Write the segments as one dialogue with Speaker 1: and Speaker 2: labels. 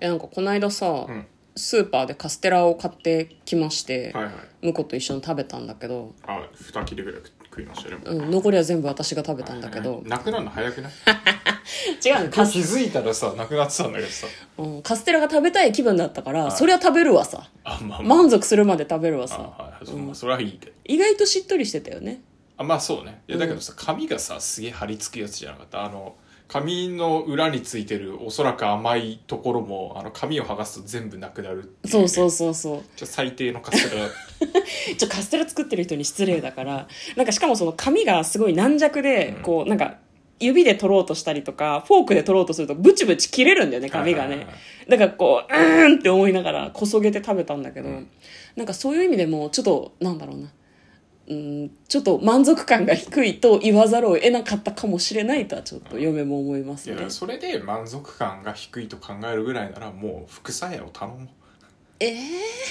Speaker 1: えなんかこないださ、
Speaker 2: うん
Speaker 1: スーパーでカステラを買ってきまして、
Speaker 2: はいはい
Speaker 1: 向こうと一緒に食べたんだけど、
Speaker 2: あ二切れぐらい食いましたよね
Speaker 1: うん、残りは全部私が食べたんだけど、
Speaker 2: なくなるの 早くない
Speaker 1: 違うの
Speaker 2: 今
Speaker 1: カ
Speaker 2: 日気
Speaker 1: ス,、
Speaker 2: づいたらさなくなってたんだけどさ
Speaker 1: うん、カステラが食べたい気分だったから、そりゃ食べるわさ
Speaker 2: あまあまあ
Speaker 1: 満足するまで食べるわ
Speaker 2: あ
Speaker 1: さ
Speaker 2: はいそうまあそれはいいけど
Speaker 1: 意外としっとりしてたよね
Speaker 2: あまあそうねいやだけどさ紙がさすげえ張り付くやつじゃなかったあの紙の裏についてるおそらく甘いところもあの紙を剥がすと全部なくなるってい
Speaker 1: そうそうう
Speaker 2: ね
Speaker 1: そうそう
Speaker 2: ちょっと最低のカステラ
Speaker 1: ちょカステラ作ってる人に失礼だからなんかしかもその紙がすごい軟弱で、
Speaker 2: うん
Speaker 1: こうなんか指で取ろうとしたりとかフォークで取ろうとするとブチブチ切れるんだよね 紙が
Speaker 2: はいはい
Speaker 1: ね
Speaker 2: はい
Speaker 1: だからこううーんって思いながらこそげて食べたんだけど、
Speaker 2: うん
Speaker 1: なんかそういう意味でもちょっとなんだろうなうんちょっと満足感が低いと言わざるを得なかったかもしれないとはちょっと嫁も思います
Speaker 2: い
Speaker 1: ね
Speaker 2: やだからそれで満足感が低いと考えるぐらいならもう副菜屋を頼もう
Speaker 1: ええ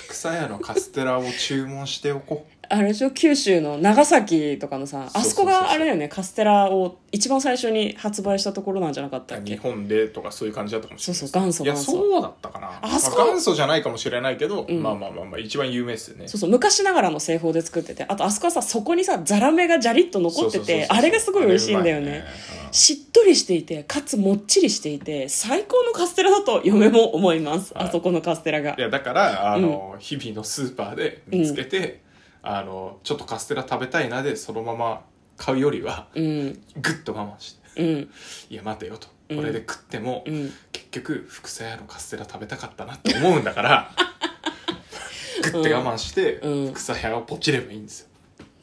Speaker 2: 副菜屋のカステラを注文しておこう
Speaker 1: あれでしょ九州の長崎とかのさあそこ
Speaker 2: そうそうそう
Speaker 1: が
Speaker 2: そう
Speaker 1: あれだよねカステラを一番最初に発売したところなんじゃなかったっ
Speaker 2: 日
Speaker 1: け
Speaker 2: 本でとかそういう感じだったかもしれない
Speaker 1: そうそう元祖
Speaker 2: いや
Speaker 1: 元祖
Speaker 2: そうだったかな
Speaker 1: あそこ
Speaker 2: まあ元祖じゃないかもしれないけど、
Speaker 1: うん
Speaker 2: まあまあまあまあ一番有名ですよね
Speaker 1: そうそう昔ながらの製法で作っててあとあそこはさそこにさザラメがジャリッと残って
Speaker 2: そうそうそう
Speaker 1: て
Speaker 2: そう
Speaker 1: あれがすごい美味しいんだよね
Speaker 2: あれうまいね
Speaker 1: しっとりしていてかつもっちりしていて最高のカステラだと嫁も思います
Speaker 2: はい
Speaker 1: あそこのカステラが
Speaker 2: うんいやだからあの、日々のスーパーで見つけて、あのちょっとカステラ食べたいなでそのまま買うよりは
Speaker 1: うん
Speaker 2: グッと我慢して
Speaker 1: うん
Speaker 2: 「いや待てよ」と「
Speaker 1: うん
Speaker 2: これで食っても、
Speaker 1: うん
Speaker 2: 結局副菜屋のカステラ食べたかったなって思うんだから グッて我慢して、
Speaker 1: うん
Speaker 2: 副菜屋をポチればいいんですよ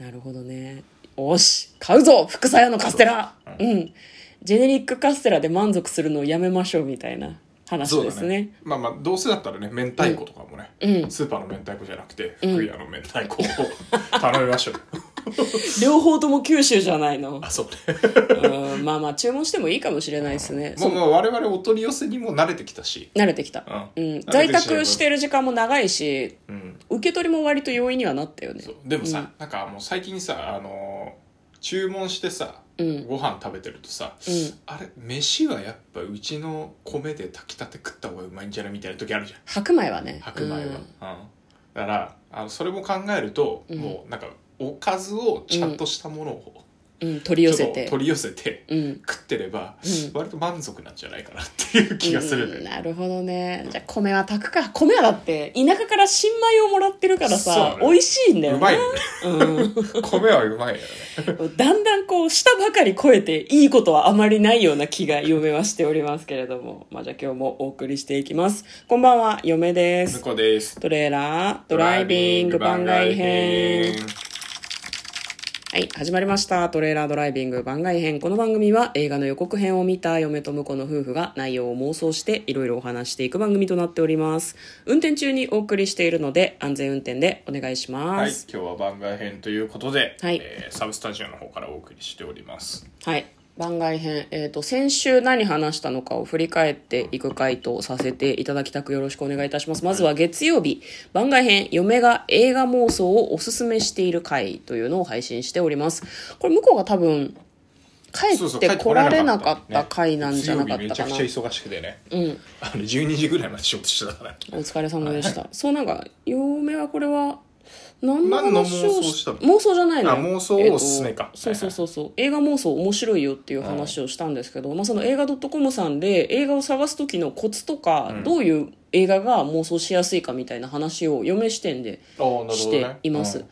Speaker 1: なるほどねおし買うぞ副菜屋のカステラう
Speaker 2: うん
Speaker 1: ジェネリックカステラで満足するのをやめましょうみたいな話ですね
Speaker 2: まあまあどうせだったらね明太子とかもね、
Speaker 1: うん
Speaker 2: スーパーの明太子じゃなくて
Speaker 1: ん
Speaker 2: 福井屋の明太子を頼み ましょう、
Speaker 1: 両方とも九州じゃない の
Speaker 2: あそうね
Speaker 1: うんまあまあ注文してもいいかもしれないですね
Speaker 2: も
Speaker 1: そうう
Speaker 2: もう我々お取り寄せにも慣れてきたし、
Speaker 1: 慣れてきた
Speaker 2: う
Speaker 1: うんん、在宅してる時間も長いし
Speaker 2: うん、
Speaker 1: 受け取りも割と容易にはなったよね
Speaker 2: そうでもさ、
Speaker 1: うん
Speaker 2: なんかもう最近さあのー注文してさ、
Speaker 1: うん
Speaker 2: ご飯食べてるとさ、
Speaker 1: うん
Speaker 2: あれ飯はやっぱうちの米で炊きたて食った方がうまいんじゃないみたいな時あるじゃん
Speaker 1: 白米はね
Speaker 2: 白米は、
Speaker 1: う
Speaker 2: うん
Speaker 1: ん
Speaker 2: だからあのそれも考えると、
Speaker 1: うん
Speaker 2: もうなんかおかずをちゃんとしたものを、
Speaker 1: うん、取り寄せ
Speaker 2: ちょってと取り寄せて
Speaker 1: うん
Speaker 2: 食ってれば、
Speaker 1: うん
Speaker 2: 割と満足なんじゃないかなっていう気がするんだ
Speaker 1: う
Speaker 2: よ
Speaker 1: ん
Speaker 2: ね、
Speaker 1: なるほどねじゃあ米は炊くか米はだって田舎から新米をもらってるからさ、
Speaker 2: そうね
Speaker 1: 美味しいんだ
Speaker 2: う
Speaker 1: よね
Speaker 2: まいよね
Speaker 1: うん、
Speaker 2: 米はうまいよね
Speaker 1: だんだんこう舌ばかり超えていいことはあまりないような気が嫁はしておりますけれどもまあじゃあ今日もお送りしていきますこんばんは嫁です
Speaker 2: 向こうです
Speaker 1: トレーラードライビング番外編はい、始まりました。トレーラードライビング番外編。この番組は映画の予告編を見た嫁と婿の夫婦が内容を妄想していろいろお話していく番組となっております。運転中にお送りしているので安全運転でお願いしま
Speaker 2: はい今
Speaker 1: す。
Speaker 2: 日は番外編ということで、
Speaker 1: はい
Speaker 2: えーサブスタジオの方からお送りしております
Speaker 1: はい。番外編、えっ、と、先週何話したのかを振り返っていく回答させていただきたくよろしくお願いいたします。まずは月曜日、番外編、嫁が映画妄想をおすすめしている回というのを配信しております。これ、向こうが多分、帰
Speaker 2: そう
Speaker 1: ってこられなかった
Speaker 2: ね
Speaker 1: 回なんじゃなかったかな。
Speaker 2: 月曜日めちゃくちゃ忙しくてね、あの12時ぐらいまで仕事してたから
Speaker 1: お疲れ様でした。そうなんか、嫁はこれは、何の
Speaker 2: 何の
Speaker 1: 話を
Speaker 2: 妄想したの
Speaker 1: 妄想じゃないのよ
Speaker 2: あ妄想をおすすめか
Speaker 1: えっとそうそうそうそう。映画妄想面白いよっていう話をしたんですけど、まあその映画 .com さんで映画を探す時のコツとか、どういう映画が妄想しやすいかみたいな話を嫁視点で
Speaker 2: ああなるほど ね
Speaker 1: しています。
Speaker 2: うん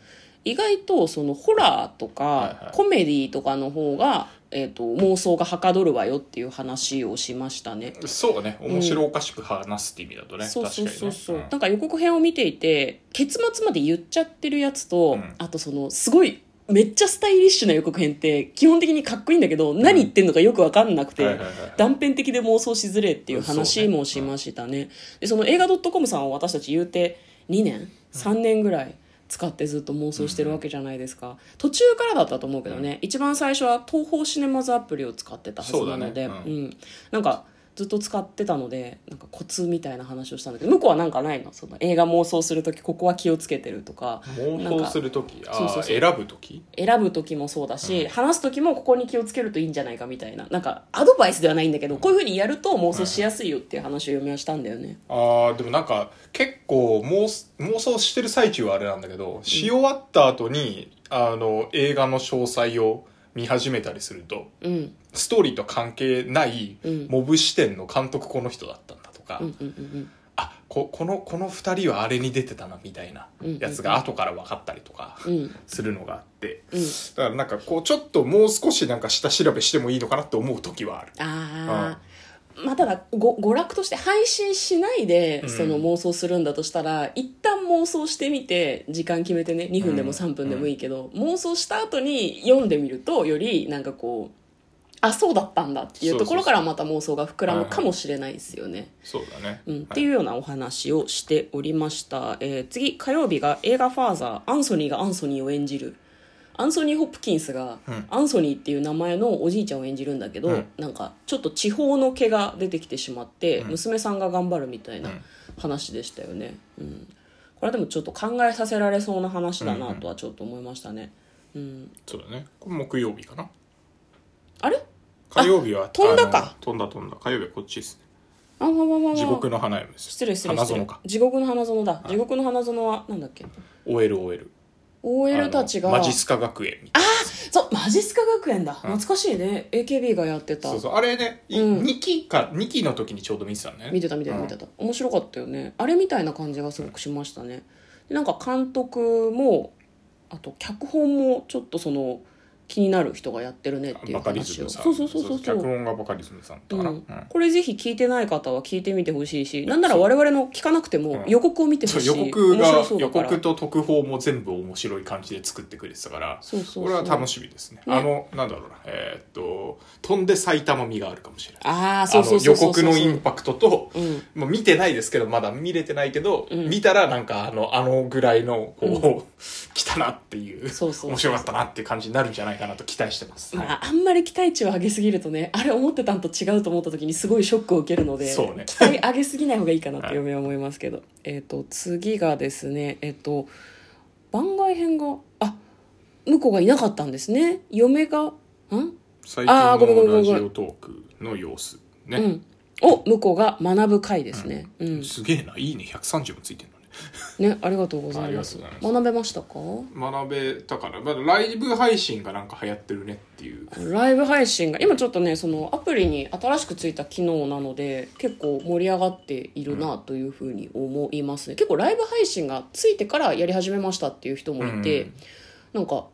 Speaker 1: 意外とそのホラーと
Speaker 2: はいは
Speaker 1: か
Speaker 2: い
Speaker 1: コメディとかの方が、えっと妄想がはかどるわよっていう話をしましたね。
Speaker 2: そうね面白おかしく話すって意味だとね、
Speaker 1: そうそうそうそう、
Speaker 2: 確か
Speaker 1: なんか予告編を見ていて結末まで言っちゃってるやつと、
Speaker 2: うん
Speaker 1: あとそのすごいめっちゃスタイリッシュな予告編って基本的にかっこいいんだけど、何言ってんのかよく分かんなくて、
Speaker 2: はいはいはい
Speaker 1: 断片的で妄想しづれっていう
Speaker 2: そう
Speaker 1: 話
Speaker 2: ね
Speaker 1: もしましたねでその映画 .com さんは私たち言うて2年3年ぐらい使ってずっと妄想してるわけじゃないですか、途中からだったと思うけどね、一番最初は東宝シネマズアプリを使ってたはずなので
Speaker 2: そうだね
Speaker 1: うんなんかずっと使ってたのでなんかコツみたいな話をしたんだけど向こうはなんかないのその映画妄想する時ここは気をつけてるとか
Speaker 2: 妄想する時あ
Speaker 1: そうそう
Speaker 2: あ
Speaker 1: そう
Speaker 2: 選ぶ時
Speaker 1: 選ぶ時もそうだし、
Speaker 2: うん
Speaker 1: 話す時もここに気をつけるといいんじゃないかみたいななんかアドバイスではないんだけどこういうふうにやると妄想しやすいよっていう話を読みはしたんだよね、
Speaker 2: ああでもなんか結構妄想妄想してる最中はあれなんだけど、し終わった後にあの映画の詳細を見始めたりすると
Speaker 1: うん、
Speaker 2: ストーリーと関係ない
Speaker 1: うん
Speaker 2: モブ視点の監督この人だったんだとか、
Speaker 1: うんうんうん
Speaker 2: あここのこの2人はあれに出てたなみたいなやつが後から分かったりとか
Speaker 1: うんうん
Speaker 2: するのがあって、
Speaker 1: うん
Speaker 2: だからなんかこうちょっともう少しなんか下調べしてもいいのかなって思う時はある。
Speaker 1: ああまあただご娯楽として配信しないで、
Speaker 2: うん
Speaker 1: その妄想するんだとしたら一旦妄想してみて時間決めてね2分で
Speaker 2: う
Speaker 1: も
Speaker 2: ん
Speaker 1: 3分でもいいけど、妄想した後に読んでみるとよりなんかこうあそうだったんだっていうところからまた妄想が膨らむかもしれないですよね。
Speaker 2: そうだね、
Speaker 1: うん、っ
Speaker 2: はい
Speaker 1: ていうようなお話をしておりました、えー次火曜日が映画「ファーザー」アンソニーがアンソニーを演じるアンソニー・ホプキンスが
Speaker 2: うん
Speaker 1: アンソニーっていう名前のおじいちゃんを演じるんだけど、
Speaker 2: うん
Speaker 1: なんかちょっと地方の毛が出てきてしまって、
Speaker 2: うん
Speaker 1: 娘さんが頑張るみたいな
Speaker 2: うん
Speaker 1: 話でしたよね、うん、これでもちょっと考えさせられそうな話だなとはちょっと思いましたね、うん
Speaker 2: そうだねこれ木曜日かな
Speaker 1: あれ
Speaker 2: 火曜日は
Speaker 1: 飛んだか
Speaker 2: あの飛んだ飛んだ火曜日はこっちですね
Speaker 1: あわわわわわ
Speaker 2: 地獄の花嫁です
Speaker 1: 失礼失礼
Speaker 2: 花
Speaker 1: 失
Speaker 2: 園
Speaker 1: 礼
Speaker 2: か
Speaker 1: 地獄の花園だ地獄の花園はなんだっけ
Speaker 2: OLOL
Speaker 1: OL たちが
Speaker 2: あのマジスカ学園みたいな
Speaker 1: そうマジスカ学園だ懐かしいね AKB がやってた
Speaker 2: そうそうあれね、い
Speaker 1: うん
Speaker 2: 2期か2期の時にちょうど見てたんだよね
Speaker 1: 見てた見てた
Speaker 2: うん
Speaker 1: 見てた、面白かったよねあれみたいな感じがすごくしましたねでなんか監督もあと脚本もちょっとその気になる人がやってるねっていう
Speaker 2: バカリズ
Speaker 1: 話
Speaker 2: ム
Speaker 1: を
Speaker 2: さん
Speaker 1: そうそうそうそうそう
Speaker 2: 脚本がバカリズムさん
Speaker 1: う
Speaker 2: だかな、うんん、
Speaker 1: これぜひ聞いてない方は聞いてみてほしいしなんなら我々の聞かなくても
Speaker 2: うん
Speaker 1: 予告を見て
Speaker 2: そ
Speaker 1: ほ
Speaker 2: う
Speaker 1: しい、
Speaker 2: 予告
Speaker 1: 面白
Speaker 2: が
Speaker 1: そうだ
Speaker 2: 予
Speaker 1: から
Speaker 2: 告と特報も全部面白い感じで作ってくれてたから
Speaker 1: そうそうそう
Speaker 2: これは楽しみですね
Speaker 1: ね
Speaker 2: あのなんだろうなえーっと飛んで埼玉味があるかもしれない
Speaker 1: ああ
Speaker 2: あ
Speaker 1: そうそ
Speaker 2: の
Speaker 1: うそ
Speaker 2: 予
Speaker 1: うそう
Speaker 2: 告のインパクトと、
Speaker 1: うん
Speaker 2: もう見てないですけどまだ見れてないけど、
Speaker 1: うん
Speaker 2: 見たらなんかあのあのぐらいのこう、来たなっていう
Speaker 1: そうそう
Speaker 2: 面白かったなっていう感じになるんじゃないかなと期待してます、はい
Speaker 1: まあ、あんまり期待値を上げすぎるとねあれ思ってたんと違うと思った時にすごいショックを受けるので、
Speaker 2: そうね
Speaker 1: 期待上げすぎない方がいいかなって嫁は思いますけど、えっと次がですねえっ、と番外編があ向こうがいなかったんですね嫁がん
Speaker 2: 最
Speaker 1: あーごめんご
Speaker 2: 近
Speaker 1: めん
Speaker 2: の
Speaker 1: ごめ
Speaker 2: ラ
Speaker 1: ん
Speaker 2: ジオトークの様子ね、
Speaker 1: うんを向こうが学ぶ会ですね、うん
Speaker 2: すげえないいね130もついてるのね
Speaker 1: ねありがとうございま
Speaker 2: あ
Speaker 1: す
Speaker 2: りがとうございま
Speaker 1: 学
Speaker 2: す
Speaker 1: べましたか
Speaker 2: 学べたから、まだライブ配信がなんか流行ってるねっていう
Speaker 1: ライブ配信が今ちょっとねそのアプリに新しくついた機能なので結構盛り上がっているなというふうに思いますね、結構ライブ配信がついてからやり始めましたっていう人もいて、
Speaker 2: うん
Speaker 1: なんか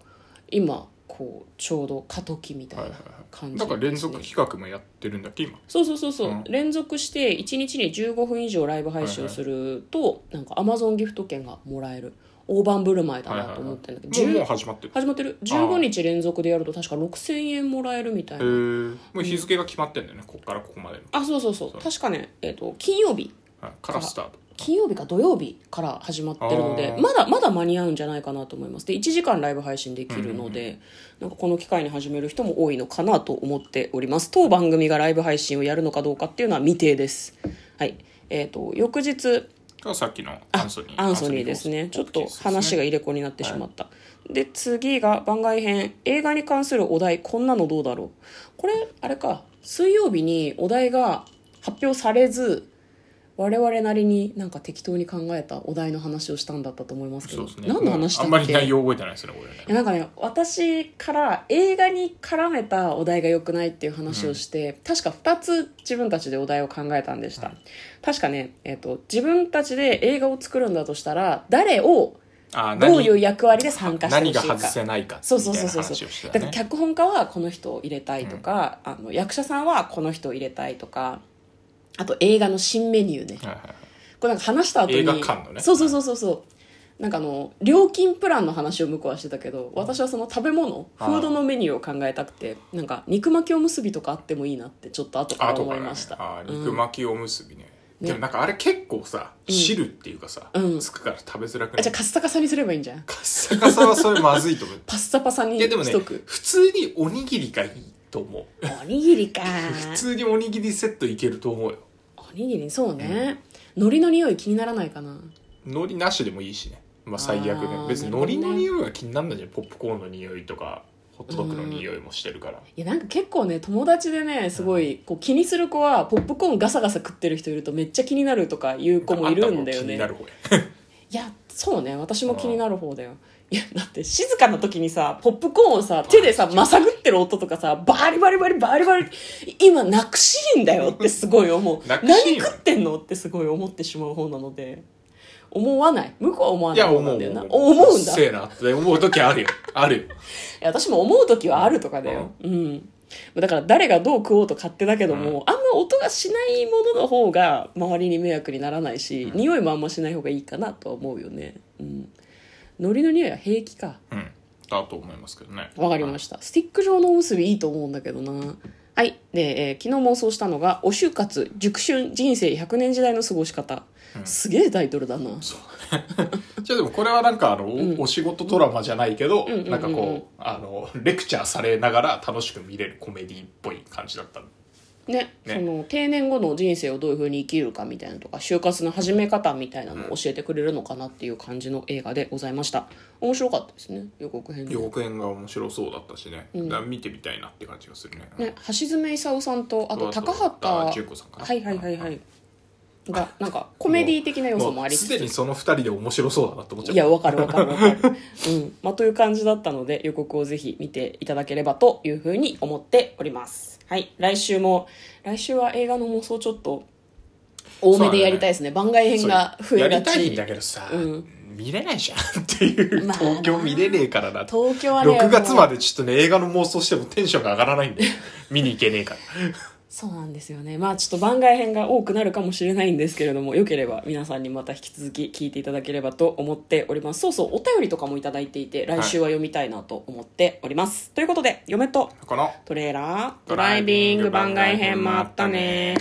Speaker 1: 今こうちょうど過渡期みたいな感じ
Speaker 2: なんか連続
Speaker 1: ですね
Speaker 2: 企画もやってるんだっけ今
Speaker 1: そうそうそうそう、
Speaker 2: うん
Speaker 1: 連続して1日に15分以上ライブ配信をすると、なんかアマゾンギフト券がもらえる大盤振る舞いだなと思ってるんだけど、
Speaker 2: もうもう
Speaker 1: 10
Speaker 2: 始まってる
Speaker 1: 始まってる15日連続でやると確か6000円もらえるみたい
Speaker 2: へ
Speaker 1: な
Speaker 2: えもう日付が決まってんだよねこっからここまでの
Speaker 1: あそうそうそう
Speaker 2: そう
Speaker 1: 確かね、えー、と金曜日
Speaker 2: はいからスタート
Speaker 1: 金曜日か土曜日から始まってるので
Speaker 2: あー
Speaker 1: まだまだ間に合うんじゃないかなと思いますで1時間ライブ配信できるので、なんかこの機会に始める人も多いのかなと思っております当番組がライブ配信をやるのかどうかっていうのは未定ですはいえー、と翌日
Speaker 2: がさっきのアンソニー
Speaker 1: アンソニーですねちょっと話が入れ子になってしまった、で次が番外編映画に関するお題こんなのどうだろうこれあれか水曜日にお題が発表されず我々なりになんか適当に考えたお題の話をしたんだったと思いますけ
Speaker 2: そう
Speaker 1: ど
Speaker 2: ですね
Speaker 1: 何の話だっけ
Speaker 2: あんまり内容覚えてないですねこれね
Speaker 1: いやなんかね私から映画に絡めたお題が良くないっていう話をして、確か2つ自分たちでお題を考えたんでした、確かね、えっと自分たちで映画を作るんだとしたら誰を
Speaker 2: あー
Speaker 1: どう
Speaker 2: 何
Speaker 1: いう役割で参加してほし
Speaker 2: 何
Speaker 1: いか
Speaker 2: が外せないかみた
Speaker 1: そう
Speaker 2: い
Speaker 1: そうそう
Speaker 2: な
Speaker 1: そう
Speaker 2: 話
Speaker 1: そ
Speaker 2: をして
Speaker 1: う
Speaker 2: た
Speaker 1: だから
Speaker 2: ね
Speaker 1: 脚本家はこの人を入れたいとか、あの役者さんはこの人を入れたいとかあと映画の新メニューね
Speaker 2: はいはいはい
Speaker 1: これなんか話した後に
Speaker 2: 映画館のね
Speaker 1: そうそうそうそうそうなんかあの料金プランの話を向こうはしてたけど私はその食べ物フ
Speaker 2: あー
Speaker 1: ードのメニューを考えたくてなんか肉巻きおむすびとかあってもいいなってちょっと後から
Speaker 2: あと
Speaker 1: 思
Speaker 2: か
Speaker 1: い
Speaker 2: らね
Speaker 1: ました、
Speaker 2: あー
Speaker 1: うん
Speaker 2: 肉巻きおむすびね
Speaker 1: ね
Speaker 2: でもなんかあれ結構さ汁っていうかさ
Speaker 1: うん
Speaker 2: つくから食べづらく
Speaker 1: あ
Speaker 2: な
Speaker 1: じゃ
Speaker 2: い
Speaker 1: あカッサカサにすればいいんじゃん
Speaker 2: カッサカサはそれまずいと思う
Speaker 1: パッサパサに
Speaker 2: いやでもね
Speaker 1: しとく、
Speaker 2: 普通におにぎりがいいと思う
Speaker 1: おにぎりか
Speaker 2: 普通におにぎりセットいけると思うよ
Speaker 1: おにぎりそうね、海苔の匂い気にならないかな
Speaker 2: 海苔なしでもいいしねまあ最悪
Speaker 1: あ
Speaker 2: ね
Speaker 1: ー
Speaker 2: 別に
Speaker 1: なるほどね
Speaker 2: 海苔の匂いは気になんないじゃんポップコーンの匂いとかホットドッグの匂いもしてるから
Speaker 1: いやなんか結構ね友達でねすごいこう気にする子はポップコーンガサガサ食ってる人いるとめっちゃ気になるとかいう子もいるんだよ
Speaker 2: あんたも気
Speaker 1: ね
Speaker 2: になる方や
Speaker 1: いやそうね私も気になる方だよいやだって静かな時にさポップコーンをさ手でさまさぐってる音とかさバリバリバリバリバリ今泣くシーンだよってすごい思う
Speaker 2: 泣くシーン
Speaker 1: 何
Speaker 2: は
Speaker 1: 食ってんのってすごい思ってしまう方なので思わない向こうは思わ
Speaker 2: い
Speaker 1: ない
Speaker 2: や
Speaker 1: 方
Speaker 2: 思
Speaker 1: な
Speaker 2: うん
Speaker 1: だよな
Speaker 2: 思う
Speaker 1: お思うんだ
Speaker 2: せえなって思う時あるよあるよ
Speaker 1: いや私も思う時はあるとかだよ、うん、だから誰がどう食おうと勝手だけども、あんま音がしないものの方が周りに迷惑にならないし、匂いもあんましない方がいいかなとは思うよねうん海苔の匂いは平気か
Speaker 2: うんだと思いますけどね
Speaker 1: わかりました、スティック状のおむすびいいと思うんだけどなはいで、えー昨日妄想したのが「お就活熟春人生100年時代の過ごし方」すげえタイトルだな
Speaker 2: じゃあでもこれはなんかあの、おお仕事ドラマじゃないけ
Speaker 1: ん
Speaker 2: ど、
Speaker 1: うんうん
Speaker 2: なんかこうあのレクチャーされながら楽しく見れるコメディっぽい感じだった
Speaker 1: ね
Speaker 2: ね
Speaker 1: その定年後の人生をどういうふうに生きるかみたいなのとか就活の始め方みたいなのを教えてくれるのかなっていう感じの映画でございました面白かったですね予告編で、
Speaker 2: 予
Speaker 1: ね、
Speaker 2: 告編が面白そうだったしね、だから見てみたいなって感じがするね
Speaker 1: 橋爪功さんとあと
Speaker 2: あと
Speaker 1: 高畑
Speaker 2: 純子さんかな
Speaker 1: はいはいはいはいがなんかコメディ的な要素もありつ
Speaker 2: すで
Speaker 1: つ
Speaker 2: にその二人で面白そうだなと思っちゃった
Speaker 1: いやわかるわかるわかる、 うんまあ、という感じだったので予告をぜひ見ていただければというふうに思っておりますはい来週も来週は映画の妄想ちょっと多めでやりたいですね番外編が増え
Speaker 2: や
Speaker 1: が
Speaker 2: りたい
Speaker 1: ち
Speaker 2: んだけどさ、
Speaker 1: うん
Speaker 2: 見れないじゃんっていう、
Speaker 1: まあ
Speaker 2: 東京見れねえからなって
Speaker 1: 東京はね
Speaker 2: 6月ま
Speaker 1: もう
Speaker 2: でちょっとね映画の妄想してもテンションが上がらないんで見に行けねえから
Speaker 1: そうなんですよねまあちょっと番外編が多くなるかもしれないんですけれどもよければ皆さんにまた引き続き聞いていただければと思っておりますそうそうお便りとかもいただいていて来週は読みたいなと思っております、ということで嫁と
Speaker 2: この
Speaker 1: トレーラード
Speaker 2: ドライビング番外編もあったね